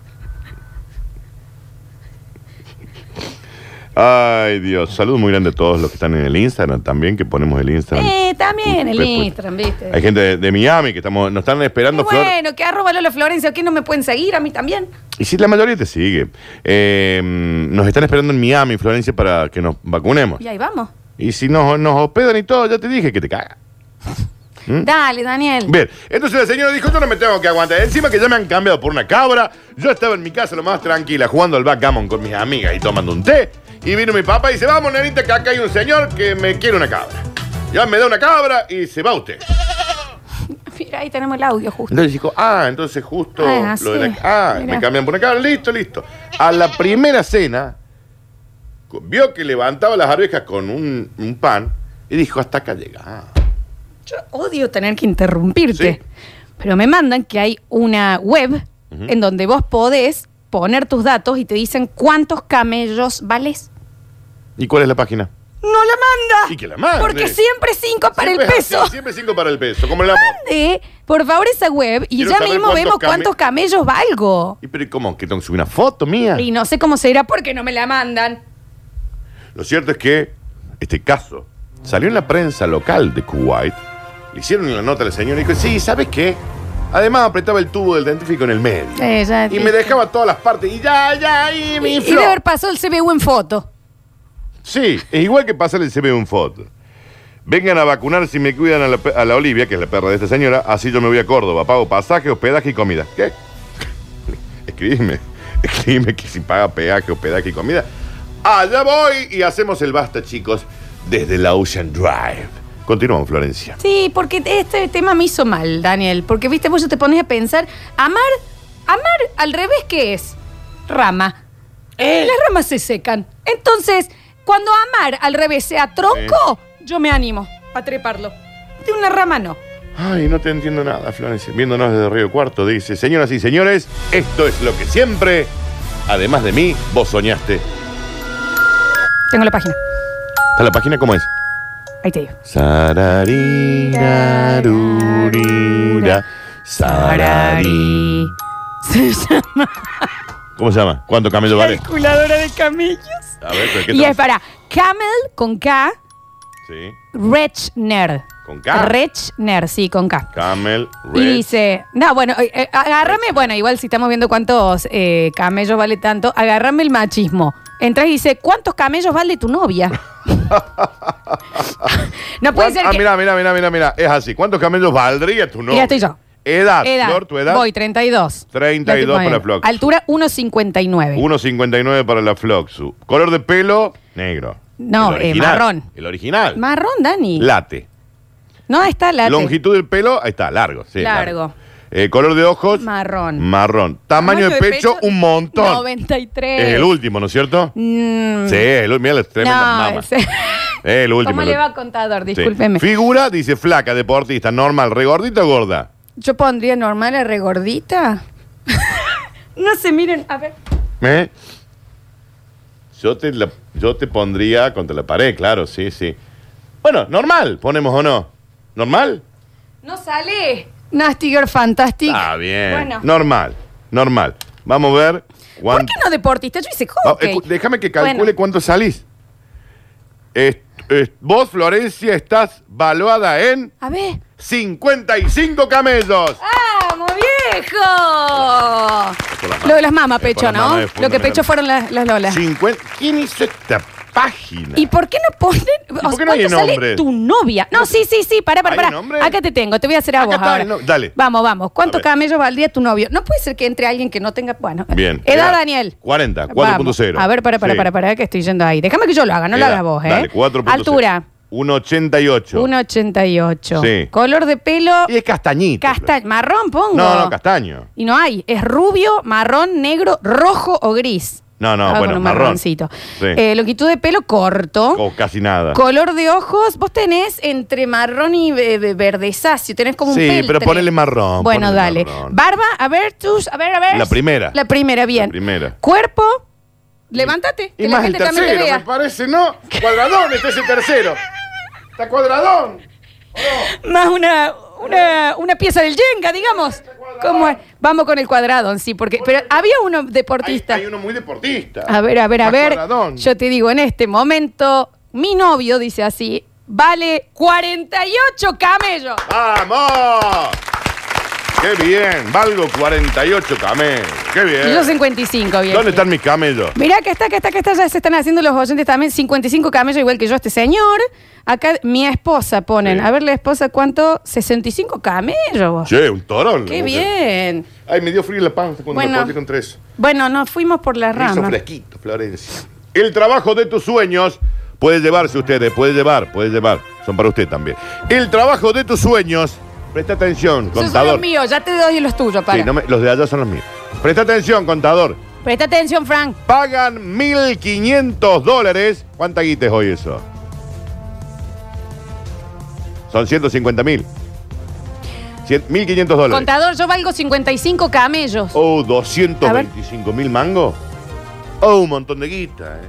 S3: Ay, Dios. Saludos muy grande a todos los que están en el Instagram también, que ponemos el Instagram.
S2: Eh, también el
S3: Pues, pues,
S2: Instagram, ¿viste?
S3: Hay gente de, de Miami que estamos, nos están
S2: Y
S3: esperando, Flor.
S2: bueno, que arroba Lola Florencia, que no me pueden seguir, a mí también.
S3: Y sí, la mayoría te sigue. Eh, nos están esperando en Miami, Florencia, para que nos vacunemos.
S2: Y ahí vamos.
S3: Y si nos, nos hospedan y todo, ya te dije que te caga. ¿Mm?
S2: Dale, Daniel.
S3: Bien, entonces la señora dijo, yo no me tengo que aguantar. Encima que ya me han cambiado por una cabra, yo estaba en mi casa lo más tranquila, jugando al backgammon con mis amigas y tomando un té. Y vino mi papá y dice, vamos, nenita, que acá hay un señor que me quiere una cabra. Ya me da una cabra y se va usted.
S2: Mira, ahí tenemos el audio justo.
S3: Entonces dijo, ah, entonces justo
S2: Ah,
S3: lo de la-
S2: sí.
S3: Ah,
S2: Mirá.
S3: me cambian por acá, listo, listo. A la primera cena, co- vio que levantaba las arvejas con un, un pan y dijo, hasta acá llega. Ah,
S2: Yo odio tener que interrumpirte.
S3: Sí.
S2: Pero me mandan que hay una web
S3: Ujú.
S2: en donde vos podés poner tus datos y te dicen cuántos camellos vales.
S3: ¿Y cuál es la página?
S2: ¡No la manda!
S3: Y que la mande.
S2: Porque siempre cinco para
S3: Siempre
S2: el
S3: es así,
S2: peso.
S3: siempre cinco para el peso, como el amor.
S2: Mande, por favor, esa web y
S3: Quiero
S2: ya
S3: saber
S2: mismo
S3: cuántos
S2: vemos
S3: came-
S2: cuántos camellos valgo.
S3: ¿Y pero cómo? ¿Que tengo que subir una foto mía?
S2: Y no sé cómo será porque no me la mandan.
S3: Lo cierto es que este caso salió en la prensa local de Kuwait. Le hicieron la nota a la señora y dijo, sí, ¿sabes qué? Además apretaba el tubo del dentífico en el medio.
S2: Eh, ya
S3: Y me dejaba todas las partes. Y ya, ya, y
S2: Y,
S3: me
S2: y
S3: infló.
S2: de haber pasado el CBU en foto.
S3: Sí, es igual que pasarle el CB un foto. Vengan a vacunarse y me cuidan a la, pe- a la Olivia, que es la perra de esta señora, así yo me voy a Córdoba, pago pasaje, hospedaje y comida. ¿Qué? *laughs* Escribime, escribime que si paga peaje, hospedaje y comida. Allá voy y hacemos el basta, chicos, desde la Ocean Drive. Continuamos, Florencia.
S2: Sí, porque este tema me hizo mal, Daniel. Porque, viste, vos ya te pones a pensar, amar, Amar al revés, ¿qué es? Rama.
S3: Eh.
S2: Las ramas se secan. Entonces, cuando amar al revés sea tronco, yo me animo a treparlo. De una rama no.
S3: Ay, no te entiendo nada, Florencia. Viéndonos desde Río Cuarto, dice, señoras y señores, esto es lo que siempre, además de mí, vos soñaste.
S2: Tengo la página.
S3: ¿Está la página cómo es?
S2: Ahí te digo.
S3: Sararirarurira, sarari.
S2: Se llama
S3: ¿Cómo se llama? ¿Cuánto camello vale?
S2: calculadora de camellos.
S3: A ver, pero ¿qué
S2: Y
S3: tal?
S2: es para Camel con K,
S3: Sí.
S2: Rechner.
S3: Con K.
S2: Rechner, sí, con K.
S3: Camel,
S2: Y
S3: Red.
S2: dice, no, bueno, eh, eh, agárrame, bueno, igual si estamos viendo cuántos eh, camellos vale tanto, agárrame el machismo. Entras y dice, ¿cuántos camellos vale tu
S3: *laughs*
S2: novia? no puede
S3: ¿Cuán-
S2: ser
S3: Ah,
S2: que...
S3: mira, mira, mira, mira, mira. Es así. ¿Cuántos camellos valdría tu nombre?
S2: Mira, estoy yo.
S3: Edad, Flor, tu edad.
S2: Voy, 32.
S3: 32
S2: La tipo
S3: para
S2: de-
S3: Flox.
S2: Altura 1,59.
S3: 1.59 para la Floxu. Color de pelo, negro.
S2: No,
S3: El
S2: eh,
S3: original.
S2: marrón.
S3: El original.
S2: Marrón, Dani.
S3: Late.
S2: no, está la
S3: Longitud del pelo, ahí está, largo. sí,
S2: Largo.
S3: Eh, color de ojos,
S2: Marrón.
S3: marrón. Tamaño, de pecho, un montón.
S2: 93.
S3: Es el último, ¿no es cierto?
S2: Mm,
S3: Sí, el, mira las tremendas
S2: no,
S3: mamas. *laughs*
S2: ese-
S3: Es el último.
S2: ¿Cómo
S3: el
S2: le va
S3: último.
S2: contador?
S3: Sí.
S2: Discúlpeme.
S3: Figura, dice flaca, deportista, normal, regordita o gorda.
S2: Yo pondría normal a regordita. *laughs* no se miren, a ver.
S3: ¿Eh? Yo te, la- yo te pondría contra la pared, claro, sí, sí. Bueno, normal, ponemos o no. ¿Normal?
S2: No sale. Nasty Girl Fantastic.
S3: Está Ah, bien.
S2: Bueno.
S3: Normal, normal. Vamos a ver.
S2: ¿Por
S3: One-
S2: qué no deportista? Yo hice
S3: Va-
S2: hockey.
S3: escu- eh, Déjame que calcule
S2: Bueno.
S3: cuánto salís. Es- es- vos, Florencia, estás valuada en
S2: A ver.
S3: 55 camellos.
S2: ¡Vamos, viejo! Lo de las mamas,
S3: Es por
S2: pecho,
S3: las
S2: ¿no?
S3: mamas, es
S2: Lo que
S3: fundamental.
S2: pecho fueron las, las lolas.
S3: 50 ¿Quién hizo esta página?
S2: Ah. ¿Y por qué no ponen? o sea,
S3: por qué no hay
S2: ¿cuánto sale
S3: nombres?
S2: tu novia? No, sí, sí, sí, pará, pará,
S3: ¿Hay
S2: pará.
S3: nombres?
S2: Acá te tengo, te voy a hacer a
S3: Acá
S2: vos
S3: está,
S2: ahora.
S3: no, dale.
S2: Vamos, vamos. ¿Cuántos
S3: A ver.
S2: camellos valdría tu novio? No puede ser que entre alguien que no tenga. Bueno.
S3: Bien.
S2: Edad,
S3: Edad,
S2: Daniel.
S3: 40,
S2: Vamos.
S3: 4.0.
S2: A ver, pará, pará,
S3: Sí.
S2: pará, pará, que estoy yendo ahí. Déjame que yo lo haga, no lo
S3: Edad,
S2: hagas vos, ¿eh?
S3: Dale, 4.0.
S2: Altura.
S3: 1.88.
S2: 1,88.
S3: Sí.
S2: Color de pelo.
S3: Y es castañito.
S2: Casta
S3: Flor.
S2: marrón, pongo.
S3: No, no, castaño.
S2: Y no hay. Es rubio, marrón, negro, rojo o gris.
S3: No, no,
S2: Ah,
S3: bueno,
S2: un
S3: marrón.
S2: marroncito.
S3: Sí.
S2: Eh, longitud de pelo corto.
S3: O casi nada.
S2: Color de ojos, vos tenés entre marrón y ve- ve- verdezáceo, tenés como un
S3: Sí,
S2: peltre.
S3: pero ponele marrón,
S2: Bueno,
S3: ponele
S2: dale.
S3: marrón.
S2: Barba, a ver, tus, a ver, a ver.
S3: La primera.
S2: La primera, bien.
S3: La primera.
S2: Cuerpo, levántate,
S3: Y
S2: que la
S3: más el
S2: gente también te
S3: tercero, me
S2: vea.
S3: parece, ¿no? Cuadradón este es el tercero. Está cuadradón.
S2: Más una, una, una pieza del Jenga, digamos. ¿Cómo es? Vamos con el cuadrado, sí, porque. Pero había uno
S3: Hay,
S2: deportista.
S3: hay uno muy deportista.
S2: A ver, a ver, a
S3: Más
S2: ver.
S3: cuadradón.
S2: Yo te digo, en este momento, mi novio dice así: vale 48 camellos.
S3: ¡Vamos! ¡Qué bien! Valgo 48 camellos. ¡Qué
S2: Y
S3: bien!
S2: yo 55, bien.
S3: ¿Dónde están mis camellos?
S2: Mirá que está, que está, que está, ya se están haciendo los oyentes también, 55 camellos igual que yo, este señor. Acá mi esposa ponen,
S3: Sí.
S2: a ver la esposa cuánto, 65 camellos. vos.
S3: Che, un torón.
S2: Qué bien.
S3: Ay, me dio frío la panza cuando
S2: Bueno.
S3: me corté con tres.
S2: Bueno, nos fuimos por la
S3: Me hizo
S2: rama.
S3: fresquito, Florencia. El trabajo de tus sueños puede llevarse ustedes, puede llevar, puede llevar. Son para usted también. El trabajo de tus sueños. Presta atención,
S2: Esos son los
S3: contador.
S2: míos, ya te doy los tuyos, para.
S3: Sí, no me- los de allá son los míos. Presta atención, contador.
S2: Presta atención, Frank.
S3: Pagan 1.500 dólares. ¿Cuánta guita es hoy eso? Son 150.000. Cien- 1.500 dólares.
S2: Contador, yo valgo 55 camellos.
S3: Oh, 225 mil mangos. Oh, un montón de guita. eh.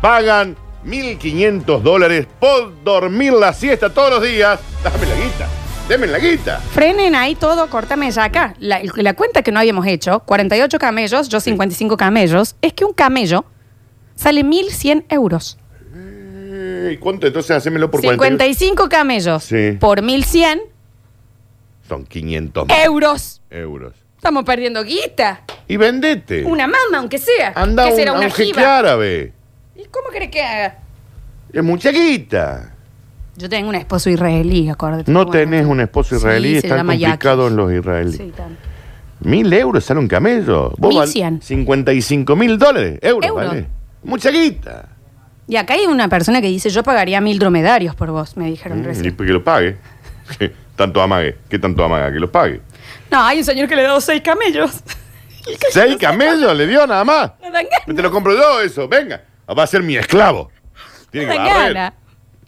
S3: Pagan 1.500 dólares por dormir la siesta todos los días. Dame la guita. Deme la guita.
S2: Frenen ahí todo, córtame ya acá. La, la cuenta que no habíamos hecho, 48 camellos, yo 55 camellos, es que un camello sale 1.100 euros.
S3: Eh, ¿Cuánto? Entonces hacémelo por 40.
S2: 55 camellos
S3: Sí.
S2: por 1100
S3: Son 500
S2: Eh.
S3: mil
S2: euros.
S3: euros.
S2: Estamos perdiendo guita.
S3: Y vendete.
S2: Una mama, aunque sea.
S3: Anda
S2: que
S3: un,
S2: será
S3: a
S2: una
S3: un jeque
S2: jiba.
S3: árabe.
S2: ¿Y cómo crees que haga?
S3: Es mucha guita.
S2: Yo tengo un esposo israelí, acuérdate.
S3: No
S2: Bueno.
S3: tenés un esposo israelí,
S2: Sí, se
S3: están
S2: llama Yaki.
S3: complicados los israelíes.
S2: Sí, tan-
S3: Mil euros sale un camello. Vos val-
S2: 1100.
S3: 55 mil dólares. Euros,
S2: Euro.
S3: ¿vale? Mucha guita.
S2: Y acá hay una persona que dice, yo pagaría mil dromedarios por vos, me dijeron
S3: Mm,
S2: recién.
S3: Y que
S2: *laughs*
S3: lo pague. tanto amague. ¿Qué tanto amaga? Que lo pague.
S2: No, hay un señor que le ha dado seis camellos. *laughs*
S3: Seis camellos le dio nada más.
S2: dan ganas.
S3: Te lo compro yo eso, venga. Va a ser mi esclavo. Tiene que
S2: Me
S3: barrer.
S2: gana.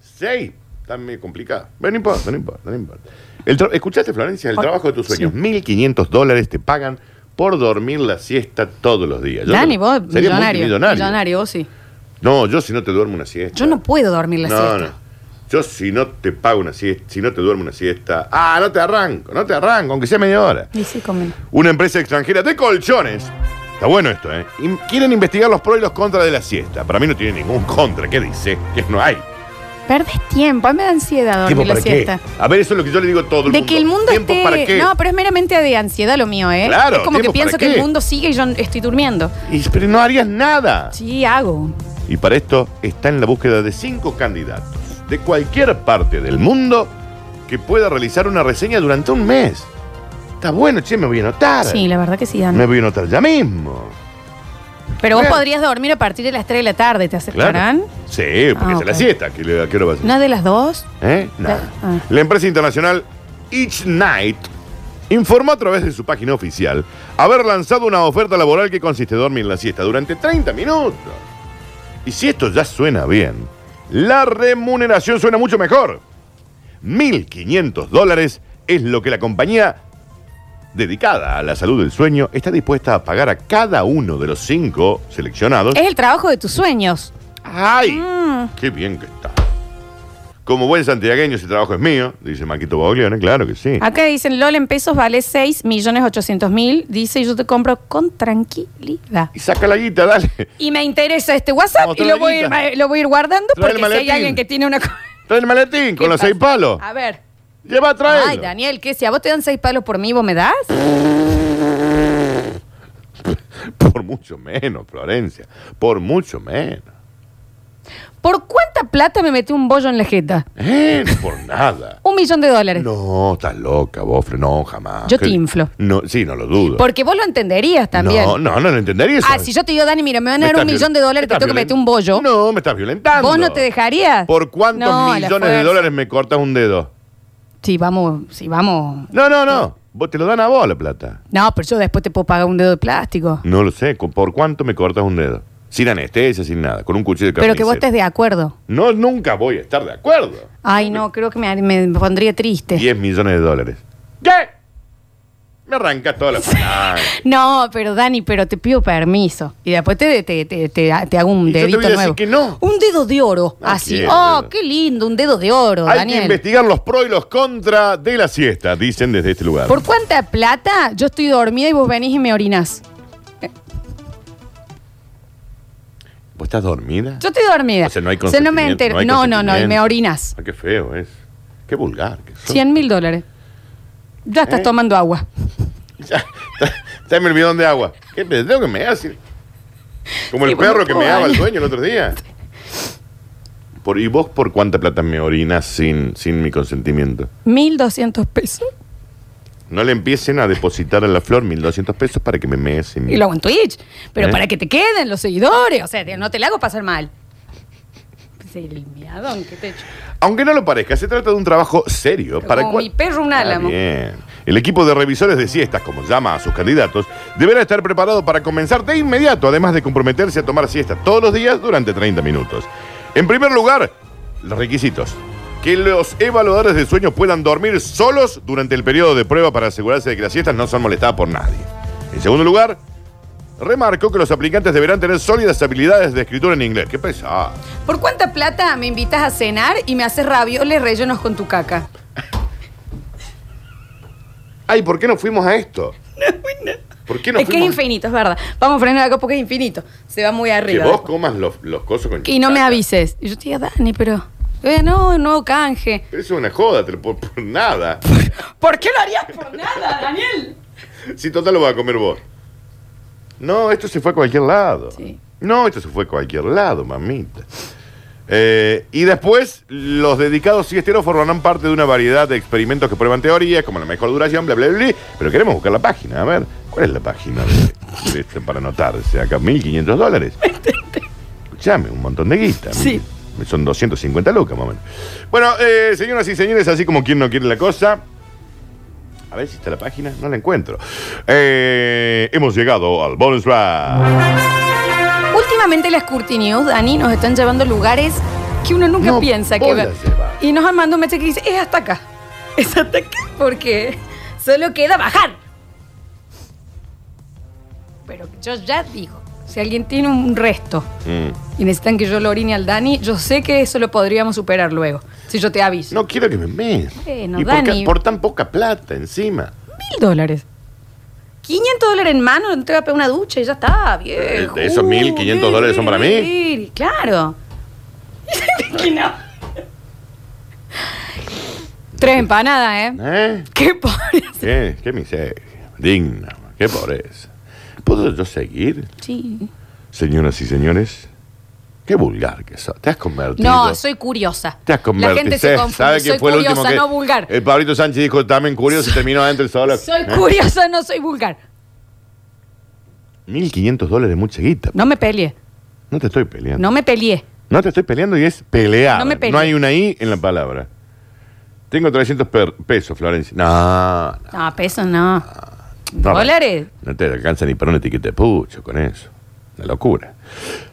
S3: Seis. Está medio complicado. Pero no importa, no importa, no importa. El tra- Escuchaste, Florencia, el trabajo de tus sueños. 1.500 dólares te pagan por dormir la siesta todos los días. Yo
S2: Dani,
S3: no-
S2: vos,
S3: sería
S2: millonario.
S3: multimillonario.
S2: Millonario, vos sí.
S3: No, yo si no te duermo una siesta.
S2: Yo no puedo dormir la
S3: No,
S2: siesta.
S3: no. Yo si no te pago una siesta, si no te duermo una siesta. Ah, no te arranco, no te arranco, aunque sea media hora.
S2: Y sí, comen.
S3: Una empresa extranjera de colchones. Está bueno esto, ¿eh? Y quieren investigar los pros y los contras de la siesta. Para mí no tiene ningún contra. ¿Qué dice? Que no hay.
S2: Perdés tiempo, a mí me da ansiedad
S3: ¿Tiempo
S2: dormir la
S3: para qué?
S2: siesta.
S3: A ver, eso es lo que yo le digo a todo el
S2: De
S3: mundo.
S2: que el mundo
S3: ¿Tiempo
S2: esté.
S3: para qué?
S2: No, pero es meramente de ansiedad lo mío, ¿eh?
S3: Claro,
S2: es como que
S3: ¿tiempo
S2: pienso
S3: para
S2: que
S3: qué?
S2: el mundo sigue y yo estoy durmiendo.
S3: Y- pero no harías nada.
S2: Sí, hago.
S3: Y para esto está en la búsqueda de cinco candidatos de cualquier parte del mundo que pueda realizar una reseña durante un mes. Está bueno, che, me voy a anotar.
S2: Ah, Sí, la verdad que sí, Dani.
S3: Me voy a anotar ya mismo.
S2: Pero vos
S3: Bien.
S2: podrías dormir a partir de las 3 de la tarde, ¿te aceptarán?
S3: Sí,
S2: Ah,
S3: porque es a la
S2: ok.
S3: siesta. ¿Qué le- ¿A qué hora vas a-
S2: ¿Una de las dos?
S3: ¿Eh? Nada.
S2: Ah.
S3: La empresa internacional Each Night informó a través de su página oficial haber lanzado una oferta laboral que consiste en dormir la siesta durante 30 minutos. Y si esto ya suena bien, la remuneración suena mucho mejor. 1.500 dólares es lo que la compañía dedicada a la salud del sueño está dispuesta a pagar a cada uno de los cinco seleccionados.
S2: Es el trabajo de tus sueños.
S3: ¡Ay!
S2: Mm.
S3: ¡Qué bien que está! Como buen santiagueño, ese trabajo es mío, dice Maquito Baglione, claro que sí.
S2: Acá dicen, LOL en pesos vale 6 millones 800 mil. Dice, y yo te compro con tranquilidad.
S3: Y saca la guita, dale.
S2: Y me interesa este WhatsApp
S3: Vamos,
S2: y lo voy, a ir,
S3: Torreguita.
S2: ma- lo voy a ir guardando
S3: Trae el
S2: porque si hay
S3: maletín.
S2: alguien que tiene una... co-
S3: Trae el maletín
S2: ¿Qué
S3: con los
S2: pasa?
S3: seis palos.
S2: A ver.
S3: Lleva a
S2: Ay,
S3: traer.
S2: Daniel, ¿qué? Si a vos te dan seis palos por mí, ¿vos me das?
S3: Por mucho menos, Florencia. Por mucho menos.
S2: ¿Por cuánta plata me metí un bollo en la jeta?
S3: Eh, no
S2: *laughs*
S3: por nada.
S2: Un millón de dólares.
S3: No, estás loca, Bofre. No, jamás.
S2: Yo
S3: ¿Qué-
S2: te inflo.
S3: No, sí, no lo dudo.
S2: Porque vos lo entenderías también.
S3: No, no, no lo entendería eso.
S2: Ah, si yo te digo, Dani, mira, me van a
S3: Me
S2: dar
S3: estás
S2: un
S3: violen-
S2: millón de dólares,
S3: me
S2: te
S3: estás
S2: tengo que meter
S3: violen-
S2: un bollo.
S3: No, me estás violentando.
S2: ¿Vos no te dejarías?
S3: ¿Por cuántos
S2: No, la
S3: millones de
S2: fuerza.
S3: dólares me cortas un dedo?
S2: Sí, vamos, sí, vamos.
S3: No, no, no. Vos te lo dan a vos la plata.
S2: No, pero yo después te puedo pagar un dedo de plástico.
S3: No lo sé. ¿con- ¿Por cuánto me cortas un dedo? Sin anestesia, sin nada. Con un cuchillo de
S2: Pero que vos Eh.
S3: carnicero.
S2: estés de acuerdo.
S3: No, nunca voy a estar de acuerdo.
S2: Ay, no, creo que me, me pondría triste.
S3: 10 millones de dólares. ¿Qué? Me arrancas toda la plata.
S2: No, pero Dani, pero te pido permiso. Y después te, te, te, te- te hago un
S3: Y yo te
S2: dedito
S3: voy a decir
S2: nuevo.
S3: que no.
S2: Un dedo de oro.
S3: No
S2: así.
S3: quiero,
S2: oh,
S3: no.
S2: qué lindo, un dedo de oro,
S3: Hay que
S2: Daniel.
S3: investigar los pros y los contras de la siesta, dicen desde este lugar.
S2: ¿Por cuánta plata yo estoy dormida y vos venís y me orinás?
S3: ¿Vos estás dormida?
S2: Yo estoy dormida.
S3: O sea, no hay
S2: no me
S3: consentimiento.
S2: entero.
S3: hay
S2: No, no, no, y me
S3: consentimiento.
S2: orinas.
S3: Ah, qué feo es. Qué vulgar. Que sos.
S2: 100 mil dólares. Ya estás
S3: ¿Eh?
S2: tomando agua.
S3: Ya, dame el bidón de agua. ¿Qué pedo que me hace? Como
S2: Sí, bueno,
S3: el perro que
S2: puedo
S3: me daba el
S2: bañar.
S3: dueño el otro día. Por, ¿Y vos por cuánta plata me orinas sin, sin mi consentimiento?
S2: 1.200 pesos.
S3: No le empiecen a depositar a la flor 1.200 pesos para que me mees sin
S2: Y lo hago en Twitch. Pero
S3: ¿Eh?
S2: para que te queden los seguidores. O sea, te- no te la hago pasar mal. Pues El miadón que te echo.
S3: Aunque no lo parezca, se trata de un trabajo serio.
S2: Pero
S3: para
S2: como
S3: cual-
S2: mi perro, un
S3: Está
S2: álamo.
S3: bien. El equipo de revisores de siestas, como llama a sus candidatos, deberá estar preparado para comenzar de inmediato, además de comprometerse a tomar siestas todos los días durante 30 minutos. En primer lugar, los requisitos. Que los evaluadores de sueño puedan dormir solos durante el periodo de prueba para asegurarse de que las siestas no son molestadas por nadie. En segundo lugar, remarcó que los aplicantes deberán tener sólidas habilidades de escritura en inglés. ¡Qué pesado!
S2: ¿Por cuánta plata me invitas a cenar y me haces ravioles rellenos con tu caca?
S3: Ay, ¿por qué no fuimos a esto? ¿Por qué no
S2: es que es
S3: fuimos?
S2: infinito, es verdad. Vamos a frenar acá porque es infinito. Se va muy
S3: que
S2: arriba.
S3: vos
S2: después.
S3: comas los, los cosos con
S2: Y no me
S3: chicharra.
S2: avises. Y yo te digo, Dani, pero. eh, no, un nuevo canje.
S3: Pero eso es una joda, te lo- por,
S2: *laughs*
S3: por nada.
S2: ¿Por qué lo harías por nada, Daniel?
S3: Si total lo vas a comer vos. No, esto se fue a cualquier lado.
S2: Sí.
S3: No, esto se fue a cualquier lado, mamita. Eh, y después, los dedicados siesteros formarán parte de una variedad de experimentos que prueban teorías, como la mejor duración, bla, bla, bla. bla. Pero queremos buscar la página. A ver, ¿cuál es la página de, de este para anotarse? Acá,
S2: *laughs*
S3: 1.500 dólares. Escuchame, un montón de guita.
S2: Sí.
S3: Son 250 lucas, más o menos. Bueno, eh, señoras y señores, así como quien no quiere la cosa, A ver si está la página, no la encuentro. Eh, hemos llegado al bonus track.
S2: Últimamente las Curti News, Dani, nos están llevando a lugares que uno nunca
S3: No
S2: piensa que
S3: vos las llevas.
S2: Y nos han mandado un mensaje que dice, es hasta acá. Es hasta acá porque solo queda bajar. Pero yo ya digo, si alguien tiene un resto
S3: Mm.
S2: y necesitan que yo lo orine al Dani, yo sé que eso lo podríamos superar luego, si yo te aviso.
S3: No quiero que me mees.
S2: Bueno,
S3: y por,
S2: Dani.
S3: ca- por tan poca plata encima.
S2: Mil dólares. 500 dólares en mano, no te voy a pegar una ducha y ya está, viejo.
S3: Eh, ¿Esos 1500 dólares son para mí?
S2: Sí, Claro. que no. Tres empanadas, ¿eh?
S3: ¿Eh?
S2: Qué pobreza.
S3: ¿Qué, qué miseria? Digna, qué pobreza. ¿Puedo yo seguir?
S2: Sí.
S3: Señoras y señores, qué vulgar que sos. Te has convertido.
S2: No, soy curiosa.
S3: Te has convertido.
S2: La gente se
S3: Sí,
S2: confunde.
S3: ¿sabe quién
S2: Soy
S3: fue el último
S2: curiosa,
S3: que- Eh,
S2: no vulgar.
S3: El Pablito Sánchez dijo también curioso y terminó adentro el
S2: *laughs*
S3: solo.
S2: Soy
S3: ¿Eh?
S2: curiosa, no soy vulgar.
S3: 1500 dólares es mucha guita.
S2: No me peleé.
S3: No te estoy peleando.
S2: No me peleé.
S3: No te estoy peleando y es pelear.
S2: No me peleé.
S3: No hay una I en la palabra. Tengo 300 per- pesos, Florencia. No, no,
S2: No, peso no.
S3: no.
S2: ¿Dólares?
S3: No te alcanza ni para una etiqueta de pucho con eso. Una locura.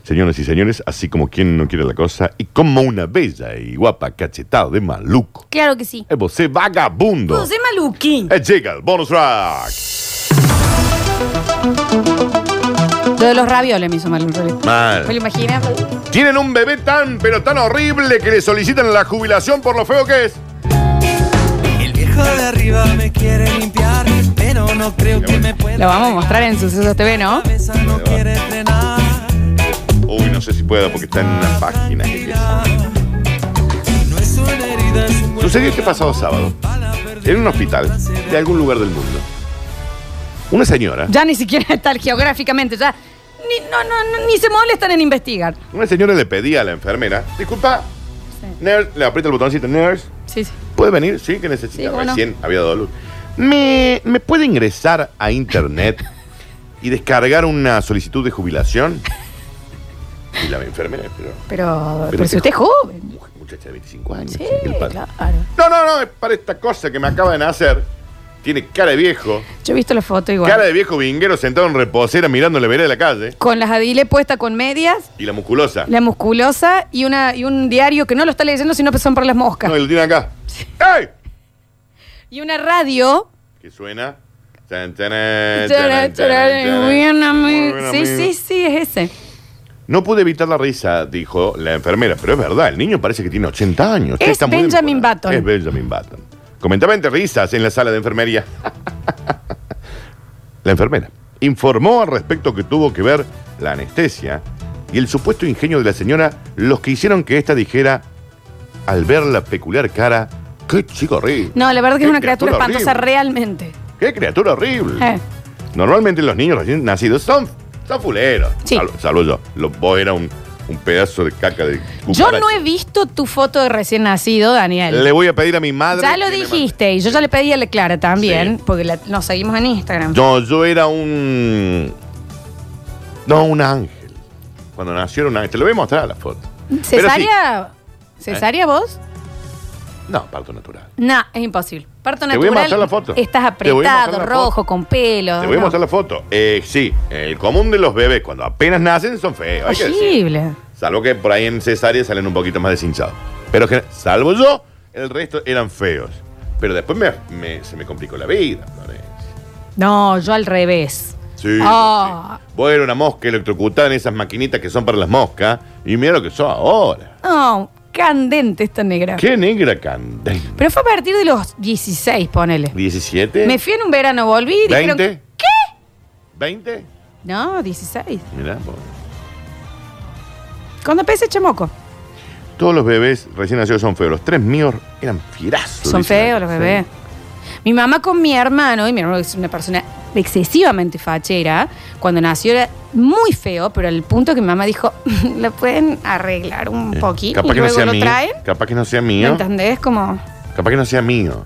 S3: Señoras y señores, así como quien no quiere la cosa y como una bella y guapa cachetada de maluco.
S2: Claro que sí.
S3: Es vos, vagabundo.
S2: José Maluquín.
S3: Eh, Llega el bonus track.
S2: Lo de los ravioles me hizo mal. un rollo.
S3: Mal.
S2: Me lo imaginé.
S3: Tienen un bebé tan, pero tan horrible que le solicitan la jubilación por lo feo que es.
S4: El viejo de arriba me quiere limpiar, pero no creo que me pueda.
S2: Lo vamos a mostrar en Sucesos TV, ¿no?
S4: Cabeza no quiere frenar.
S3: Uy, no sé si puedo porque está en una página. que- que-
S4: No es una herida, es un
S3: Sucedió este pasado sábado, en un hospital de algún lugar del mundo. Una señora,
S2: Ya ni siquiera *laughs* está geográficamente, ya ni, no, no, no, ni se molestan en investigar.
S3: una señora le pedía a la enfermera, disculpa, nurse, le aprieta el botoncito, nurse,
S2: Sí, sí.
S3: ¿puede venir? Sí, que necesita.
S2: Sí, cómo no.
S3: Recién había dado luz. ¿Me, ¿Me puede ingresar a internet y descargar una solicitud de jubilación? Y la enfermera, pero
S2: Pero, pero,
S3: Pero
S2: si
S3: qué
S2: usted es joven.
S3: mujer, muchacha de 25 años.
S2: Sí,
S3: el padre.
S2: claro.
S3: No, no, no, es para esta cosa que me acaba de nacer. Tiene cara de viejo.
S2: Yo he visto la foto igual.
S3: Cara de viejo vinguero sentado en reposera mirando la vereda de la calle.
S2: Con las adiles puestas con medias,
S3: Y la musculosa.
S2: la musculosa y, una, y un diario que no lo está leyendo, sino que son por las moscas.
S3: No, y lo tiene acá. ¡Ey!
S2: Y una radio.
S3: Que suena. Tan, tan, tan, tan, tan, tan.
S2: Bien, amigo.
S3: Muy
S2: Sí,
S3: bien,
S2: sí,
S3: amigo.
S2: sí, es ese.
S3: No pude evitar la risa, dijo la enfermera. Pero es verdad, el niño parece que tiene 80 años.
S2: Es Benjamin
S3: demorado.
S2: Button.
S3: Es Benjamin Button. Comentaba entre risas en la sala de enfermería. la enfermera informó al respecto que tuvo que ver la anestesia y el supuesto ingenio de la señora los que hicieron que ésta dijera, al ver la peculiar cara, ¡qué chico horrible!
S2: No, la verdad que es
S3: ¡Qué
S2: una criatura espantosa
S3: horrible!
S2: realmente.
S3: ¡Qué criatura horrible!
S2: Eh.
S3: Normalmente los niños recién nacidos son, son fuleros.
S2: Sí.
S3: Salvo, salvo yo. Lo- vos era un, un pedazo de caca de
S2: Yo
S3: cucaracha.
S2: no he visto tu foto de recién nacido, Daniel.
S3: Le voy a pedir a mi madre.
S2: Ya lo
S3: que me
S2: dijiste, y yo ya le pedí a la Clara también,
S3: Sí.
S2: porque la- nos seguimos en Instagram.
S3: mande. No, yo era un. No, un ángel. Cuando nació era un ángel. Te lo voy a mostrar a la foto.
S2: ¿Cesárea?
S3: Eh.
S2: ¿Cesárea vos?
S3: Pero sí. No, parto natural.
S2: No, es imposible. Parto
S3: Te
S2: natural.
S3: voy a mostrar la foto.
S2: Estás
S3: Te voy a mostrar
S2: apretado,
S3: la
S2: rojo,
S3: foto.
S2: con pelo.
S3: Te voy a
S2: no.
S3: mostrar la foto. Eh, sí, el común de los bebés cuando apenas nacen son feos. Hay que decir.
S2: Horrible.
S3: Salvo que por ahí en cesárea salen un poquito más deshinchados. Pero que, salvo yo, el resto eran feos. Pero después me- me- se me complicó la vida, Florencia.
S2: No, yo al revés.
S3: Sí,
S2: Ah.
S3: sí. Vos eras una mosca electrocutada en esas maquinitas que son para las moscas. Y mira lo que sos ahora.
S2: No, candente esta negra.
S3: Qué negra candente.
S2: Pero fue a partir de los 16, ponele.
S3: ¿17?
S2: Me fui en un verano, volví y dijeron...
S3: ¿20?
S2: ¿Qué?
S3: ¿20?
S2: No, 16.
S3: Mirá, vos.
S2: Cuando pese chamoco.
S3: Todos los bebés recién nacidos son feos. Los tres míos eran fierazos.
S2: Son
S3: dicen
S2: feos
S3: acá.
S2: los bebés. Mi mamá con mi hermano, y mi hermano es una persona excesivamente fachera, cuando nació era muy feo, pero al punto que mi mamá dijo, *laughs* lo pueden arreglar un
S3: Eh,
S2: poquito
S3: Capaz
S2: y
S3: que no
S2: luego
S3: sea Ah,
S2: lo
S3: mío.
S2: traen.
S3: Capaz que no sea
S2: ¿Me
S3: mío.
S2: entendés? Como,
S3: Capaz que no sea mío.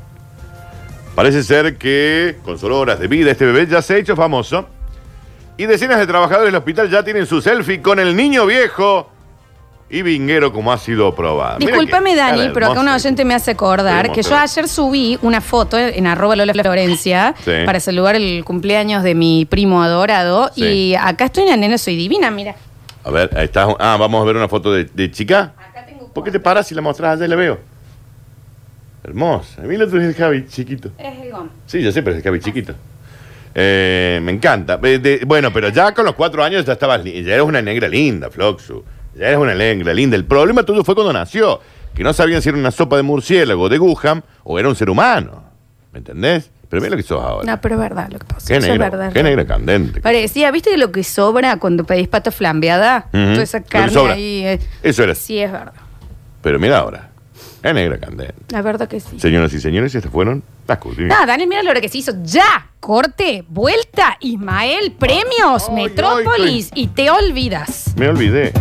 S3: Parece ser que, con solo horas de vida, este bebé ya se ha hecho famoso. Y decenas de trabajadores del hospital ya tienen su selfie con el niño viejo y vinguero como ha sido probado. Mira
S2: Discúlpame,
S3: que-
S2: Dani,
S3: cara
S2: pero acá
S3: hermosa.
S2: un oyente me hace acordar
S3: Podemos
S2: que yo
S3: hacer-
S2: ayer subí una foto en arroba Lola Florencia
S3: Sí.
S2: para saludar el cumpleaños de mi primo adorado.
S3: Sí.
S2: Y acá estoy en la nena, soy divina, mira.
S3: A ver, ahí está. Ah, vamos a ver una foto de, de chica.
S2: Acá tengo
S3: ¿Por qué te paras y la mostras allá y la veo? Hermosa. Mira tú el Javi chiquito.
S2: Es el gom.
S3: Sí, yo sé, pero es el Javi chiquito. Eh, me encanta. Eh, de- bueno, pero ya con los cuatro años ya estabas, li- ya eres una negra linda, Floxu. Ya eres una negra linda. El problema tuyo fue cuando nació, que no sabían si era una sopa de murciélago de Guham o era un ser humano. ¿Me entendés? Pero mira lo que sos ahora.
S2: No, pero es verdad lo que pasa.
S3: qué
S2: Eso es
S3: negra,
S2: verdad.
S3: qué negra candente.
S2: Parecía, ¿viste lo que sobra cuando pedís pata flambeada?
S3: Ujú.
S2: Toda esa
S3: Lo que
S2: carne
S3: sobra.
S2: ahí. eh,
S3: Eso era.
S2: Sí, es verdad.
S3: Pero mira ahora, es negra candente.
S2: La verdad que sí.
S3: Señoras y señores, estas fueron las cortinas.
S2: Nada, Daniel, mira lo que se hizo. Ya, corte, vuelta, Ismael, premios,
S3: Ay, ay,
S2: Metrópolis y te olvidas.
S3: Me olvidé.